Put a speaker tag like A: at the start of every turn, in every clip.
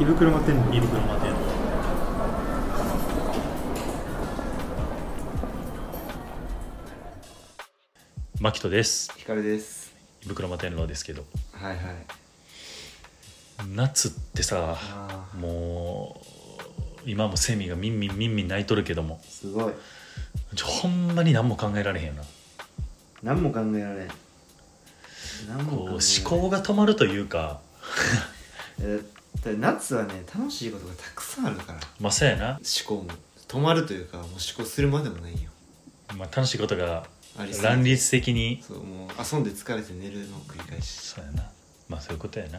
A: 胃袋も天
B: 胃袋摩天楼マキトです
C: ひかるです。
B: 胃袋摩天楼ですけど
C: はいはい。
B: 夏ってさ
C: ああ、
B: もう今もセミがミンミンミンミン鳴いとるけども
C: すごい。
B: ちょほんまに何も考えられへんよな
C: 何も考えられん。何も
B: こう思
C: 考えられん
B: 考が止まるというか
C: えーだって夏はね、楽しいことがたくさんあるから。思
B: まあそうやな、
C: 考も止まるというか、もう思考するまでもないよ。
B: まあ、楽しいことが
C: ありすぎて
B: 乱立的に
C: そう、もう遊んで疲れて寝るの繰り返し。
B: そうやなまあそういうことやな、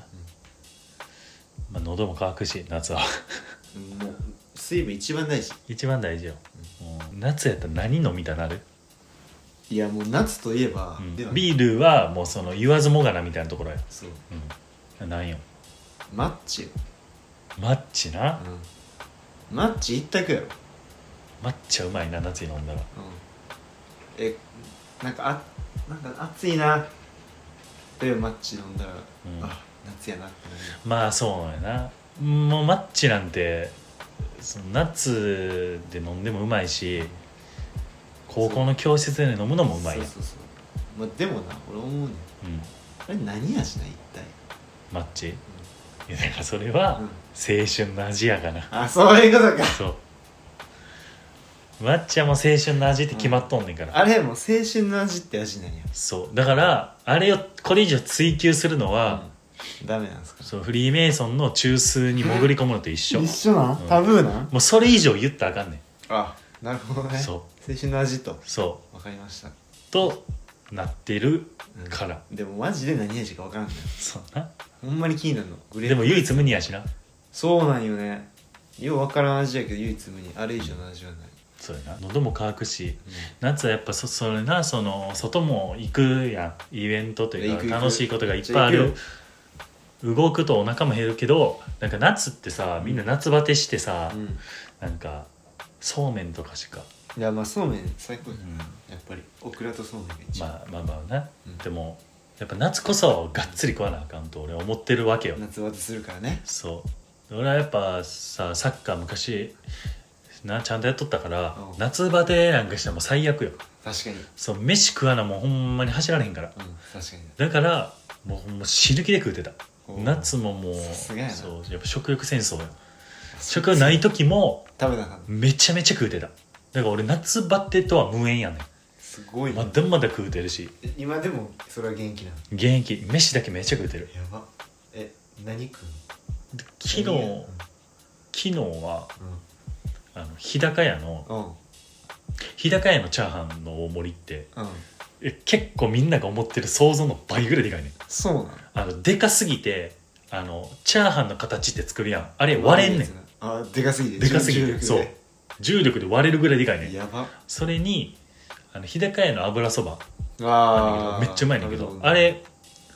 B: まあ、喉も乾くし 夏は
C: うんもう、水分一番大事。
B: 一番大事よ、うん夏やったら何飲みたなる
C: いや、もう夏といえば、では
B: ビールはもうその言わずもがなみたいなところや、
C: そう。
B: うん、なんよ
C: マッチよ。
B: マッチな、
C: うん。マッチ一択やろ。うん。
B: マッチはうまいな夏に飲んだら
C: え、なんか、あ、なんか暑いな。例えばマッチ飲んだら、
B: ん
C: あ、夏やなってなるよ。
B: まあそうやなもうマッチなんてその夏で飲んでもうまいし高校の教室で飲むのもうまいやん
C: そうそうそう、まあ、でもな俺思うねん
B: うん、
C: あれ何味な一体、
B: マッチいやだからそれは
C: うん
B: 青春の味やかな
C: あそういうことか
B: そうマッチはもう青春の味って決まっとんねんから、
C: あれもう青春の味って味なんや、
B: そうだからあれをこれ以上追求するのは、
C: うんダメなんですか
B: そうフリーメイソンの中枢に潜り込むのと一緒
C: 緒なん、
B: うん
C: タブーなん
B: もうそれ以上言ったらあかんねん
C: あなるほどね
B: そ
C: 青春の味と
B: そ
C: わかりました、
B: うとなってる
C: うん
B: から、
C: でもマジで何味かわからんね
B: そうな
C: ほんまに気になるのグレー
B: で
C: プ
B: も唯一無二やしな
C: そうなんよねようわからん味やけど唯一無二あれ以上の味はない、
B: そうやな喉も乾くし夏はやっぱそそれなその外も行くやんイベントという
C: 行く
B: か
C: 行く
B: 楽しいことがいっぱいある動くとお腹も減るけどなんか夏ってさみんな夏バテしてさ、
C: うん、うん
B: なんかそうめんとかしか、
C: いやまあそうめん最高
B: う
C: や,、
B: ん
C: やっぱりオクラとそうめんが一番、
B: まあまあまあな、
C: うん
B: でもやっぱ夏こそがっつり食わなあかんと俺は思ってるわけよ、
C: 夏バテするからね
B: そう俺はやっぱさサッカー昔なちゃんとやっとったから、
C: うん
B: 夏バテなんかしたらもう最悪よ
C: 確かに
B: そう飯食わなもうほんまに走られへんから
C: うん確かに
B: だからもうほんま死ぬ気で食うてた
C: おう
B: 夏ももう
C: さすがやな
B: そうやっぱ食欲戦争よ食欲ない時も
C: 食べなあかった
B: めちゃめちゃ食うてただから俺夏バテとは無縁やね
C: すごい
B: んま
C: な
B: だまだ食うてるし
C: 今でもそれは元気なの
B: 現役飯だけめっちゃ食うてる
C: やばえ何食う
B: で昨日
C: の
B: 昨日は
C: う
B: あの日高屋の
C: んうん
B: 日高屋のチャーハンの大盛りって
C: うん
B: え結構みんなが思ってる想像の倍ぐらいでかいねん
C: そうなの
B: あのでかすぎてあのチャーハンの形って作るやんあれ割れんねん
C: あでかすぎて
B: でかすぎ
C: 重
B: て
C: 力で
B: そう重力で割れるぐらいでかいねん
C: やば
B: それにあの日高屋の油そば
C: あ
B: めっちゃうまいねんだけどあれ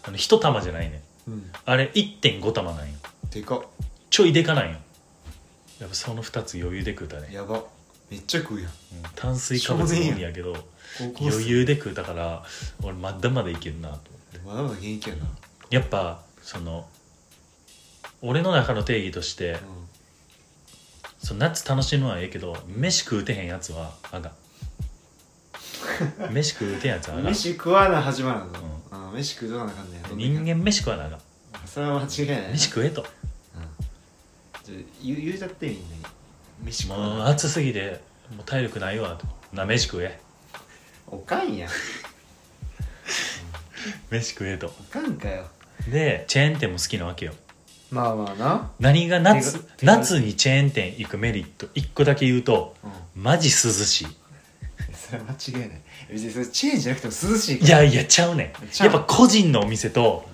B: あの1玉じゃないねん
C: うん
B: あれ1.5玉なんよ
C: でかっ
B: ちょいでかないよやっぱその2つ余裕で食うたね
C: やばめっちゃ食うやん
B: うん炭水化物のみやけど
C: 高校生
B: 余裕で食うたから俺まだまだいけるなと思って
C: まだまだ元気やな
B: やっぱその俺の中の定義として
C: う
B: その夏楽しむのはええけど飯食うてへんやつはあかん飯食うてんやつはあ
C: ん
B: かん
C: 飯食わな始まらんのうん飯食うとかなあかんねん
B: 人間飯食わなあかん
C: それは間違いない
B: 飯食えと
C: じゃあ言う言うちゃってみんなに飯食わ
B: もう
C: な
B: 暑すぎてもう体力ないわとな飯食え
C: おかんや
B: 飯食えと
C: おかんかよ
B: でチェーン店も好きなわけよ
C: まあまあな
B: 何が夏
C: 手が手が
B: 夏にチェーン店行くメリット1個だけ言うと
C: う
B: マジ涼しい
C: ん それは間違いない別にそれチェーンじゃなくても涼しいか
B: い
C: ら
B: やいやちゃうねん
C: ちゃ
B: や
C: う
B: っぱ個人のお店と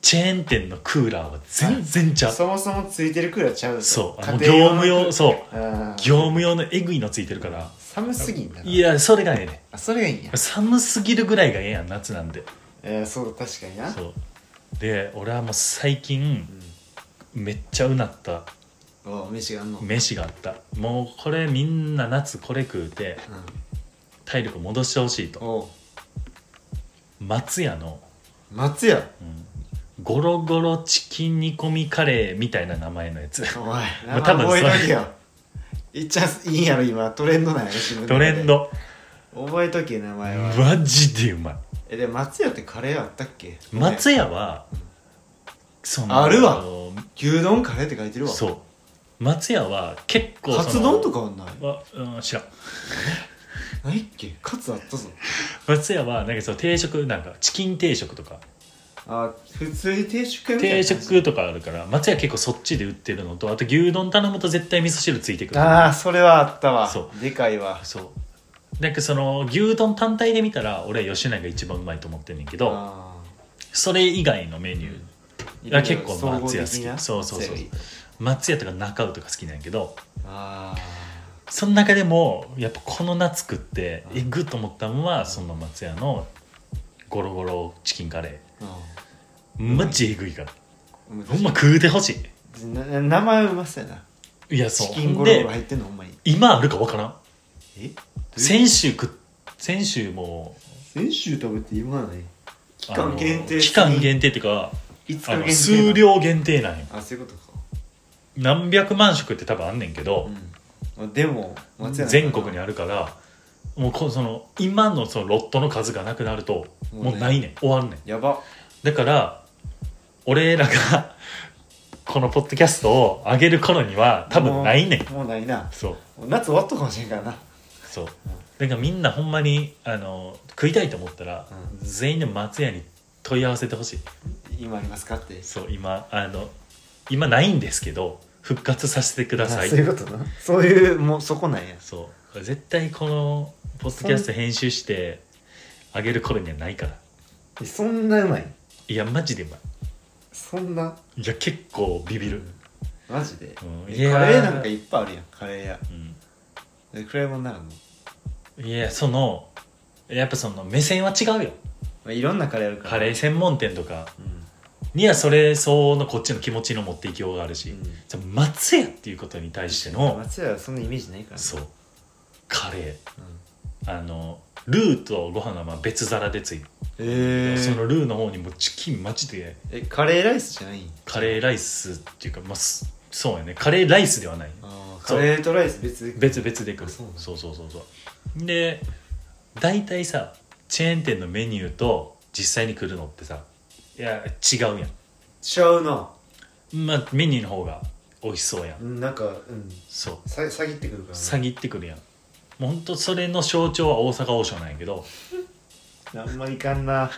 B: チェーン店のクーラーは全然ちゃう、
C: そもそもついてるくらいちゃうと
B: そうあの業
C: 家庭
B: 務用そう
C: うん
B: 業務用のえぐいのついてるから
C: 寒すぎんだない
B: やそれがええね
C: あそれがいいんや
B: ん寒すぎるぐらいがええやん夏なんで
C: えーそう確かにな
B: そうで俺はもう最近
C: う
B: めっちゃうなった
C: んお飯があんのうん
B: 飯があったもうこれみんな夏これ食うて体力戻してほしいと
C: おう
B: 松屋の、
C: 松屋
B: うんゴロゴロチキン煮込みカレーみたいな名前の やつ
C: おい
B: まあ多分
C: 覚え
B: それ
C: とけよいっちゃんいいんやろ今トレンドなんやろ自分の
B: ト
C: 中で
B: レンド
C: 覚えとけ名前は
B: マジでうまい
C: えでも松屋ってカレーあったっけ
B: 松屋はそ
C: あるわ牛丼カレーって書いてるわ
B: そう松屋は結構その
C: カツ丼とかはない
B: は、うん、知らん
C: ないっけカツあったぞ
B: 松屋はなんかその定食なんかチキン定食とか
C: あ普通に定食屋みたい
B: 定
C: な
B: 食とかあるから松屋結構そっちで売ってるのとあと牛丼頼むと絶対味噌汁ついてくる
C: ああそれはあったわ
B: そ
C: でかいわ
B: そうなんかその牛丼単体で見たら俺は吉永が一番うまいと思ってんねんけど
C: あ
B: それ以外のメニュー
C: ー
B: いや結構
C: 総合
B: 松屋好き
C: 的な
B: そうそうそ
C: 松屋
B: う
C: がいい
B: 松屋とか中尾とか好きなんやけど
C: あ
B: その中でもやっぱこの夏食ってえぐっと思ったのはその松屋のゴロゴロチキンカレ
C: ー
B: ーマジえぐいから
C: うん
B: ほんま食うてほし
C: なな名前うまそうやない
B: いやそう
C: チキンゴロゴロ
B: で
C: 入ってんのほんまに
B: 今あるかわからん
C: え
B: 先週食っ先週も
C: 先週食べて今ない期
B: あの
C: 間限定
B: 期間限定っていうか
C: いつか
B: あの
C: 限定
B: 数量限定なんよ
C: あそういうことか
B: 何百万食って多分あんねんけ
C: う
B: ど、
C: んあでも松屋
B: 全国に
C: あ
B: あるからもうこその今のそのロットの数がなくなると
C: もうね
B: もうないねん終わんねん
C: やば
B: だから俺らが このポッドキャストを上げる頃には多分ないねん
C: もうないな
B: そう
C: 夏終わったかもしれんからな
B: そうだからみんなほんまにあの食いたいと思ったら、
C: う
B: 全員で松屋に問い合わせてほしい
C: 今ありますかって
B: そう今あの今ないんですけど復活させてください
C: あそういうことなそういうもうそこなんや
B: そう絶対このポッドキャスト編集してあげる頃にはないから
C: えそんなうまい
B: いやマジでうま
C: そんない
B: いや結構ビビる、
C: マジで、
B: うん
C: え
B: いやー
C: カレーなんかいっぱいあるやんカレー屋
B: う
C: でクレームになるの、ま
B: ん、いやそのやっぱその目線は違うよ
C: あ、いろんなカレーあるから
B: カレー専門店とか
C: うん
B: にはそれ相応のこっちの気持ちの持っていきようがあるし、
C: うん
B: じゃあ松屋っていうことに対しての
C: 松屋はそんなイメージないからね
B: そうカレ
C: うん
B: ーあのルーとご飯がまあ別皿でついて
C: え
B: そ
C: ー、
B: のルーの方にもうチキンマジで
C: えカレーライスじゃないん
B: カレーライスっていうか、まあ、すそうやねカレーライスではない
C: あー
B: そう
C: カレーとライス別で
B: 別々で来る
C: あそうなんだ
B: そうそうそうそうで大体さチェーン店のメニューと実際に来るのってさいや違うや
C: ちゃうなん
B: まあメニューの方が美味しそうやん
C: うんなんかうん
B: そう
C: さ詐欺ってくるから
B: 詐欺ってくるやんもうほんとそれの象徴は大阪王将なんやけど
C: あんまいかんな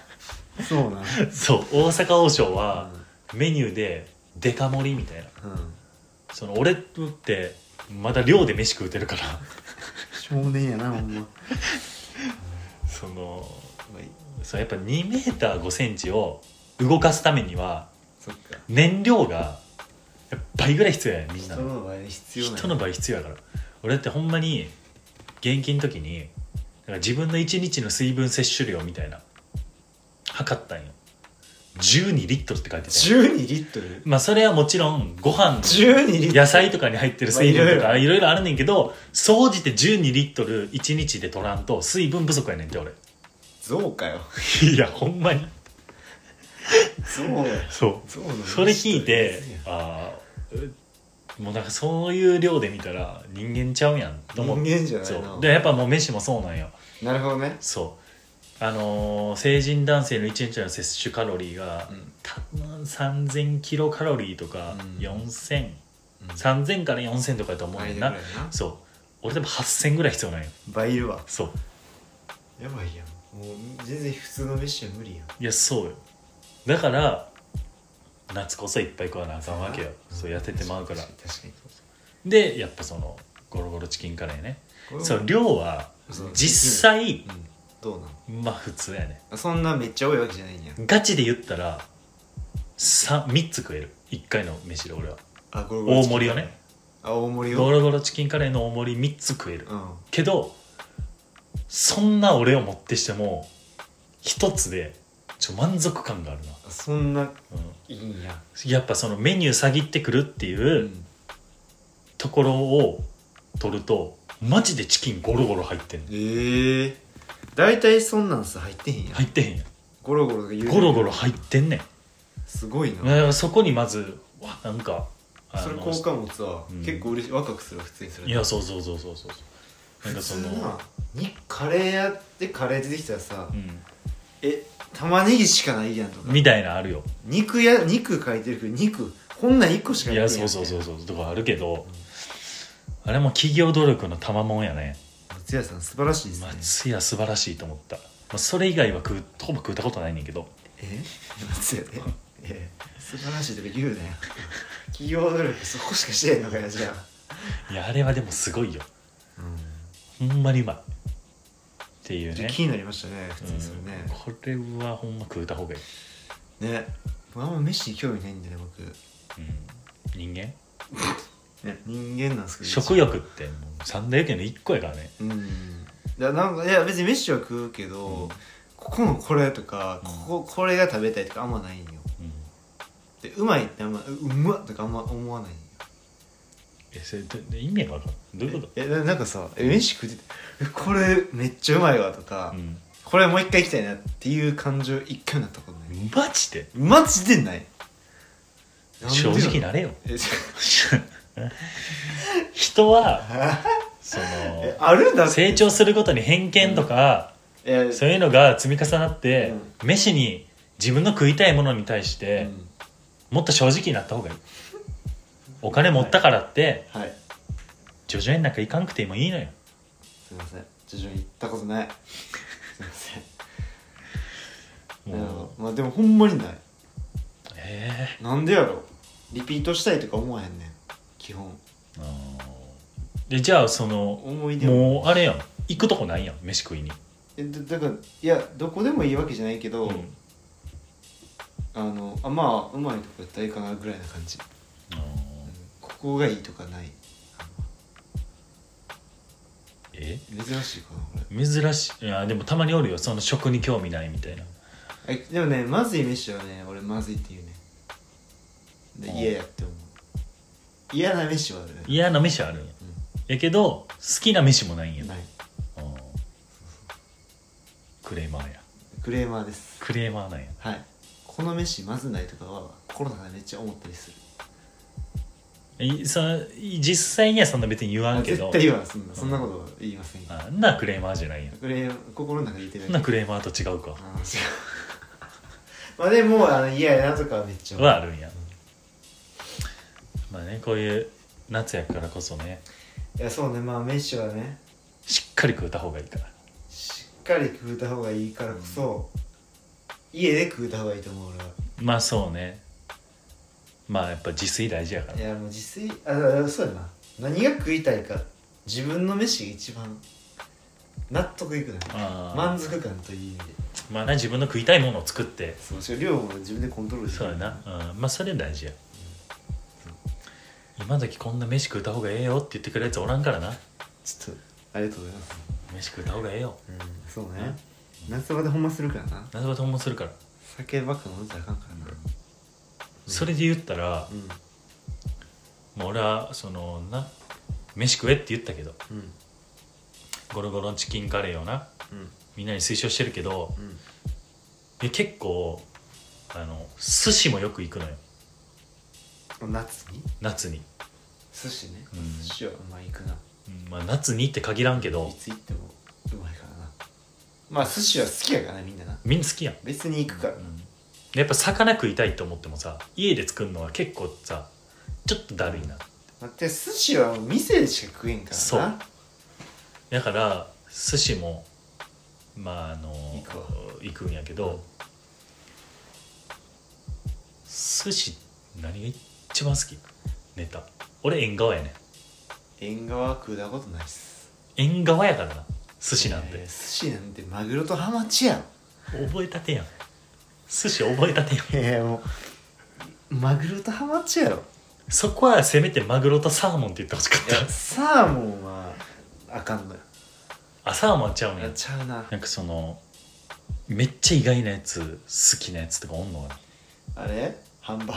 C: そうな
B: そう大阪王将は
C: う、
B: メニューでデカ盛りみたいなん
C: うん、
B: その俺ってまだ寮で飯食うてるから
C: 少年やなほんま
B: そのそうやっぱ2メーター5センチを動かすためには
C: そっか
B: 燃料がやっぱ倍ぐらい必要やねみんな
C: 人
B: の
C: の場合必要ない
B: 人の倍必要やから俺ってほんまに現金の時になんか自分の1日の水分摂取量みたいな測ったんよ12リットルって書いてたよ
C: 12リットル
B: まあそれはもちろんご飯
C: 12リットル
B: 野菜とかに入ってる水
C: まあい
B: 分
C: ろ
B: と
C: いろ
B: かいろいろあるねんけど総じて12リットル1日で取らんと水分不足やねんって俺
C: 象かよ
B: いやほんまに
C: 象
B: そう
C: 象なの
B: それ聞いてああもうなんかそういう量で見たら人間ちゃうやんと
C: 人
B: 思って
C: 間じゃない
B: そう
C: な
B: でやっぱもう飯もそうなんよ
C: なるほどね
B: そうあのー成人男性の1日の摂取カロリーが、
C: うん
B: 多分3000キロカロリーとか、
C: うん
B: 4000
C: うん
B: 3000から4000とかやと思うねん
C: 間
B: な
C: ぐらいな
B: そう俺多分8000ぐらい必要なんよ
C: 倍いるわ
B: そう
C: やばいやんもう全然普通の飯は無理やん
B: いやそうよだから夏こそいっぱい食わなあかんわけよそう痩せてまうから
C: 確かに確かに
B: でやっぱそのゴロゴロチキンカレーね
C: これは
B: そう量は
C: そう
B: 実
C: う
B: 際
C: んどうなの
B: まあ普通やね
C: あそんなめっちゃ多いわけじゃないんや
B: ガチで言ったら 3, 三つ食える1回の飯で俺は
C: あゴロゴロ
B: 大
C: チキン
B: 盛りよね
C: あ大盛り
B: ゴ
C: を
B: ロゴロチキンカレーの大盛り3つ食える
C: うん
B: けどそんな俺をもってしても1つでちょ満足感があるな、
C: あそんな
B: う
C: いいんや
B: ん、やっぱそのメニュー下ぎってくるっていうううんところを取るとマジでチキンゴロゴロ入ってんの
C: ええ大体そんなんさ入ってへんやん
B: 入ってへんやん
C: ゴロゴロが言う
B: ゴロゴロ入ってんねん
C: すごいな、
B: ねそこにまずわなんかあ
C: それ
B: の
C: 効果持つわ、
B: うん
C: 結構嬉しい若くする普通にする
B: いやそうそうそうそうそうな
C: 普
B: んかそ
C: 通
B: の
C: なにカレーやってカレー出てきたらさ、
B: うん
C: え玉ねぎしかないやんとか
B: みたいなあるよ
C: 肉や肉書いてるけど肉こんなん1個しか
B: い
C: ないや
B: や
C: ん
B: そうそうそうそうとかあるけど、あれも企業努力の賜物やね
C: 松屋さん素晴らしいですね、
B: 松屋素晴らしいと思った、まあ、それ以外は食うほぼ食ったことないねんけど
C: え松屋でえ素晴らしいとか言うなよ企業努力そこしかしてへんのかよじゃあ、
B: いやあれはでもすごいよ
C: う、
B: ほんまにうまいっていうん
C: ちょ
B: ね
C: っと気になりましたね普通にそれ
B: うん
C: ね、
B: これはほんま食うた方がいい、
C: ね僕あんま飯に興味ないんでね僕
B: うん、人間
C: ね人間なんですけど
B: 食欲ってもう三大欲求の一個やからね
C: うんだなんかいや別に飯は食うけど、
B: うん
C: ここのこれとか、
B: うん
C: こここれが食べたいとかあんまないんよ
B: うん
C: でうまいってあんまううまっとかあんま思わないんよ
B: えそれど意味が分かるどういうこ
C: えななんかさえ飯食っててえこれめっちゃうまいわとか、
B: と、うん、
C: これもう一回行きたいなっていう感情一回もなったことない
B: マジで
C: マジでない
B: 正直
C: な
B: なんれ よ
C: でよえちょ
B: 人 はそ
C: え
B: の
C: あるんだって
B: 成長するごとに偏見とか、
C: いや
B: そういうのが積み重なって、飯に自分の食いたいものに対し
C: う
B: て、
C: ん
B: もっと正直になった方がいいお金持ったからって
C: はい
B: 徐々になんかいかんくてもいいのよ
C: すいません徐々に行ったことないすいませんなる
B: も
C: ほどまあでもほんまにないう
B: え
C: なんでやろリピートしたいとか思わへんねん基本
B: えでじゃあその
C: 思い出も
B: もうあれやん行くとこないやん飯食いに、
C: えだだからいやどこでもいいわけじゃないけど、
B: うん
C: あのあまあうまいとこやったらいいかなぐらいな感じ、
B: あ
C: うん
B: ー
C: ここがいいとかない
B: え
C: 珍しいかなこ
B: 珍しいいやでもたまにおるよその食に興味ないみたいな
C: れえでもねまずい飯はね俺まずいって言うねで
B: うん
C: 嫌やって思う嫌な飯はあるね
B: 嫌な飯はあるんややけど好きな飯もないん
C: う
B: や
C: んない
B: あークレーマーや
C: クレーマーです
B: クレーマーなんや
C: はいこの飯まずないとかは心の中でめっちゃ思ったりする
B: いそ実際にはそんな別に言わんけ
C: 絶
B: ど
C: 対言わんそんなそんなことは言いませんよ
B: あんなクレーマーじゃないやん
C: これ心の中で言ってる
B: そんなクレーマーと違うか
C: あ違う まあでもあの嫌やなとかはめっちゃ
B: はあるんやまあねこういう夏やからこそね
C: いやそうねまあメッシュはね
B: しっかり食うた方がいいから
C: しっかり食うた方がいいからこそ、家で食うた方がいいと思う俺は
B: まあそうねまあやっぱ自炊大事やから
C: いやもう自炊あだからそうやな何が食いたいか自分の飯が一番納得いくない
B: あー
C: 満足感という意味で
B: まあな自分の食いたいものを作って
C: そうしかも量も自分でコントロールでき
B: そう
C: る
B: やな、うん、まあそれ大事や今時こんな飯食うた方がええよって言ってくるやつおらんからな
C: ちょっとありがとうございます
B: 飯食うた方がええよ
C: うんそうね夏場でほんまするからな
B: 夏場ともするから
C: 酒ばっか飲んじゃあかんからな
B: それで言ったら
C: うん
B: もう俺はそのな飯食えって言ったけど
C: うん
B: ゴロゴロチキンカレーをな
C: うん
B: みんなに推奨してるけど
C: うん
B: いや結構あの寿司もよく行くのよ
C: 夏に
B: 夏に、
C: 寿司ね、
B: うん
C: 寿司はうまい行くな
B: うんまあ、夏にって限らんけど
C: いつ行ってもうまいからなまあ寿司は好きやからなみんなな
B: みんな好きやん、
C: 別に行くから、
B: うんやっぱ魚食いたいと思ってもさ家で作るのは結構さちょっとだるいな
C: だって寿司は店でしか食えんからな
B: そうだから寿司もまああの
C: 行くわ
B: 行くんやけど寿司何が一番好きネタ俺縁側やね
C: 縁側は食うたことないっす
B: 縁側やからな寿司なん
C: いやいや
B: て
C: 寿司なんてマグロとハマチや
B: 覚えたてやん寿司覚えたてやん
C: ろいやもうマグロとハマチやろ
B: そこはせめてマグロとサーモンって言ってほしかっ
C: いや
B: た
C: サーモンはあかんのよ
B: あサーモンちゃうんや
C: やっちゃうな
B: なんかそのめっちゃ意外なやつ好きなやつとかおんのかな
C: あれハンバーグ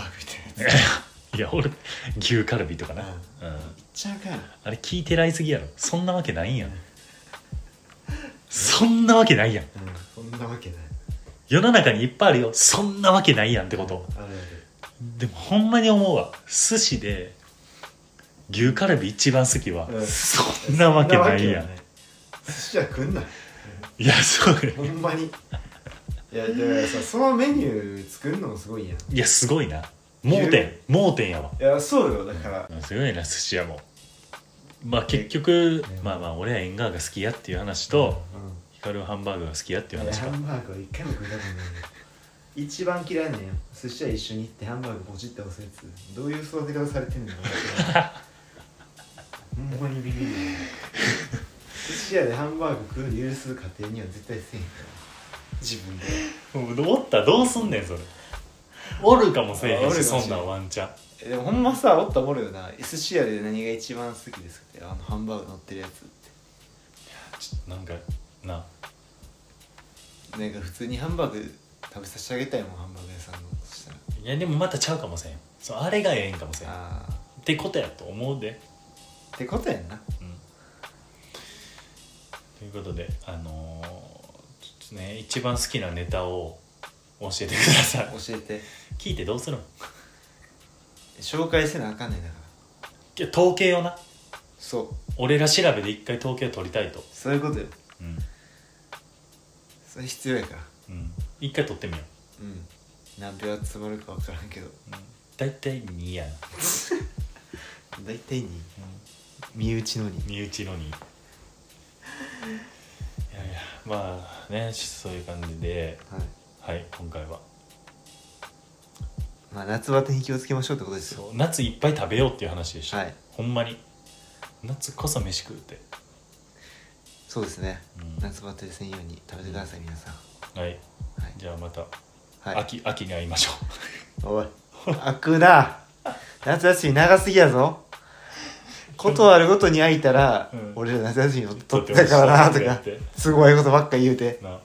C: みたいなや
B: いや俺牛カルビとかな、うん
C: ついっちゃうかん
B: あれ聞いてらいすぎやろそんなわけないやんそんなわけないやん
C: うんそんなわけない
B: 世の中にいっぱいあるよそんなわけないやんってこと
C: ある
B: でもほんまに思うわ寿司で牛カルビ一番好きは、
C: うん
B: そ
C: ある
B: んなわけないやん
C: そんなわけは寿司は食んない
B: いやそう
C: ほんまにいやだからさそのメニュー作るのもすごいやんい
B: いやすごいな盲点盲点やわ
C: やそうよだから
B: うんすごいな寿司屋もまあ結局
C: うん
B: まあまあ俺は縁側が好きやっていう話と
C: うん
B: ヒカルはハンバーグが好きやっていう
C: いや
B: 話
C: ハ
B: か
C: ンバーグは一回も食いたくない一番嫌いなんや寿司屋一緒に行ってハンバーグポチって押すやつどういう育て方されてんのか分からんほんまにビビる寿司屋でハンバーグ食うの許す家庭には絶対せえへんから自分で
B: もうおったらどうすんねんそれおるかもせえへ
C: あお
B: ん
C: るか
B: し
C: もしれん
B: そんなんワンチャン
C: えでもほんまさおったらおるよな寿司屋で何が一番好きですかってあのハンバーグ乗ってるやつっ
B: ちょっとなんかな
C: てなんか普通にハンバーグ食べさせてあげたいもんハンバーグ屋さんのそしたら
B: いやでもまたちゃうかもせんそうあれがええんかもせんっ
C: ああ
B: てことやと思うで
C: ってことやんな
B: うんということであのーちょっとね一番好きなネタを教えてください
C: 教えて
B: 聞いてどうするの
C: 紹介せなあかんねんだから
B: いや統計をな
C: そう
B: 俺ら調べで一回統計を取りたいと
C: そういうことよ
B: うん、
C: それ必要やから
B: うん、一回取ってみよ
C: うん何秒集まるか分からんけど
B: う、うん、大体2やな、
C: 大体に身内のに
B: 身内の2いやいやまあねそういう感じで
C: はい
B: はい今回は
C: まあ夏バテに気をつけましょうってことですよ
B: そう夏いっぱい食べようっていう話でした、
C: はい
B: ほんまに夏こそ飯食うて、
C: そうですね
B: う
C: 夏バテせんように食べてください皆さん
B: ん、はい
C: はい
B: じゃあまた、
C: はい
B: 秋秋に会いましょ
C: おい 開くな夏休み長すぎやぞことあるごとに開いたら、
B: うん
C: 俺ら夏休みを
B: う
C: 取ってたからなと
B: 取っ
C: か
B: てました
C: すごいことばっか言うて、
B: な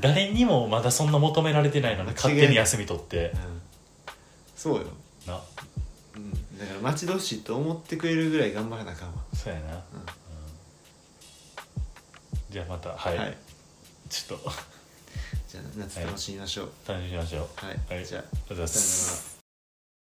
B: 誰にもまだそんな求められてないのに勝手に休み取って
C: そうよ、
B: な
C: うん、だから待ち遠しいと思ってくれるぐらい頑張らなあかんわ、
B: そうやな、うん
C: うん
B: じゃあまたはい、
C: はい
B: ちょっと
C: じゃあ夏楽しみましょう。
B: 楽しみましょう
C: はい、
B: はい
C: じゃあ
B: ありがとうございます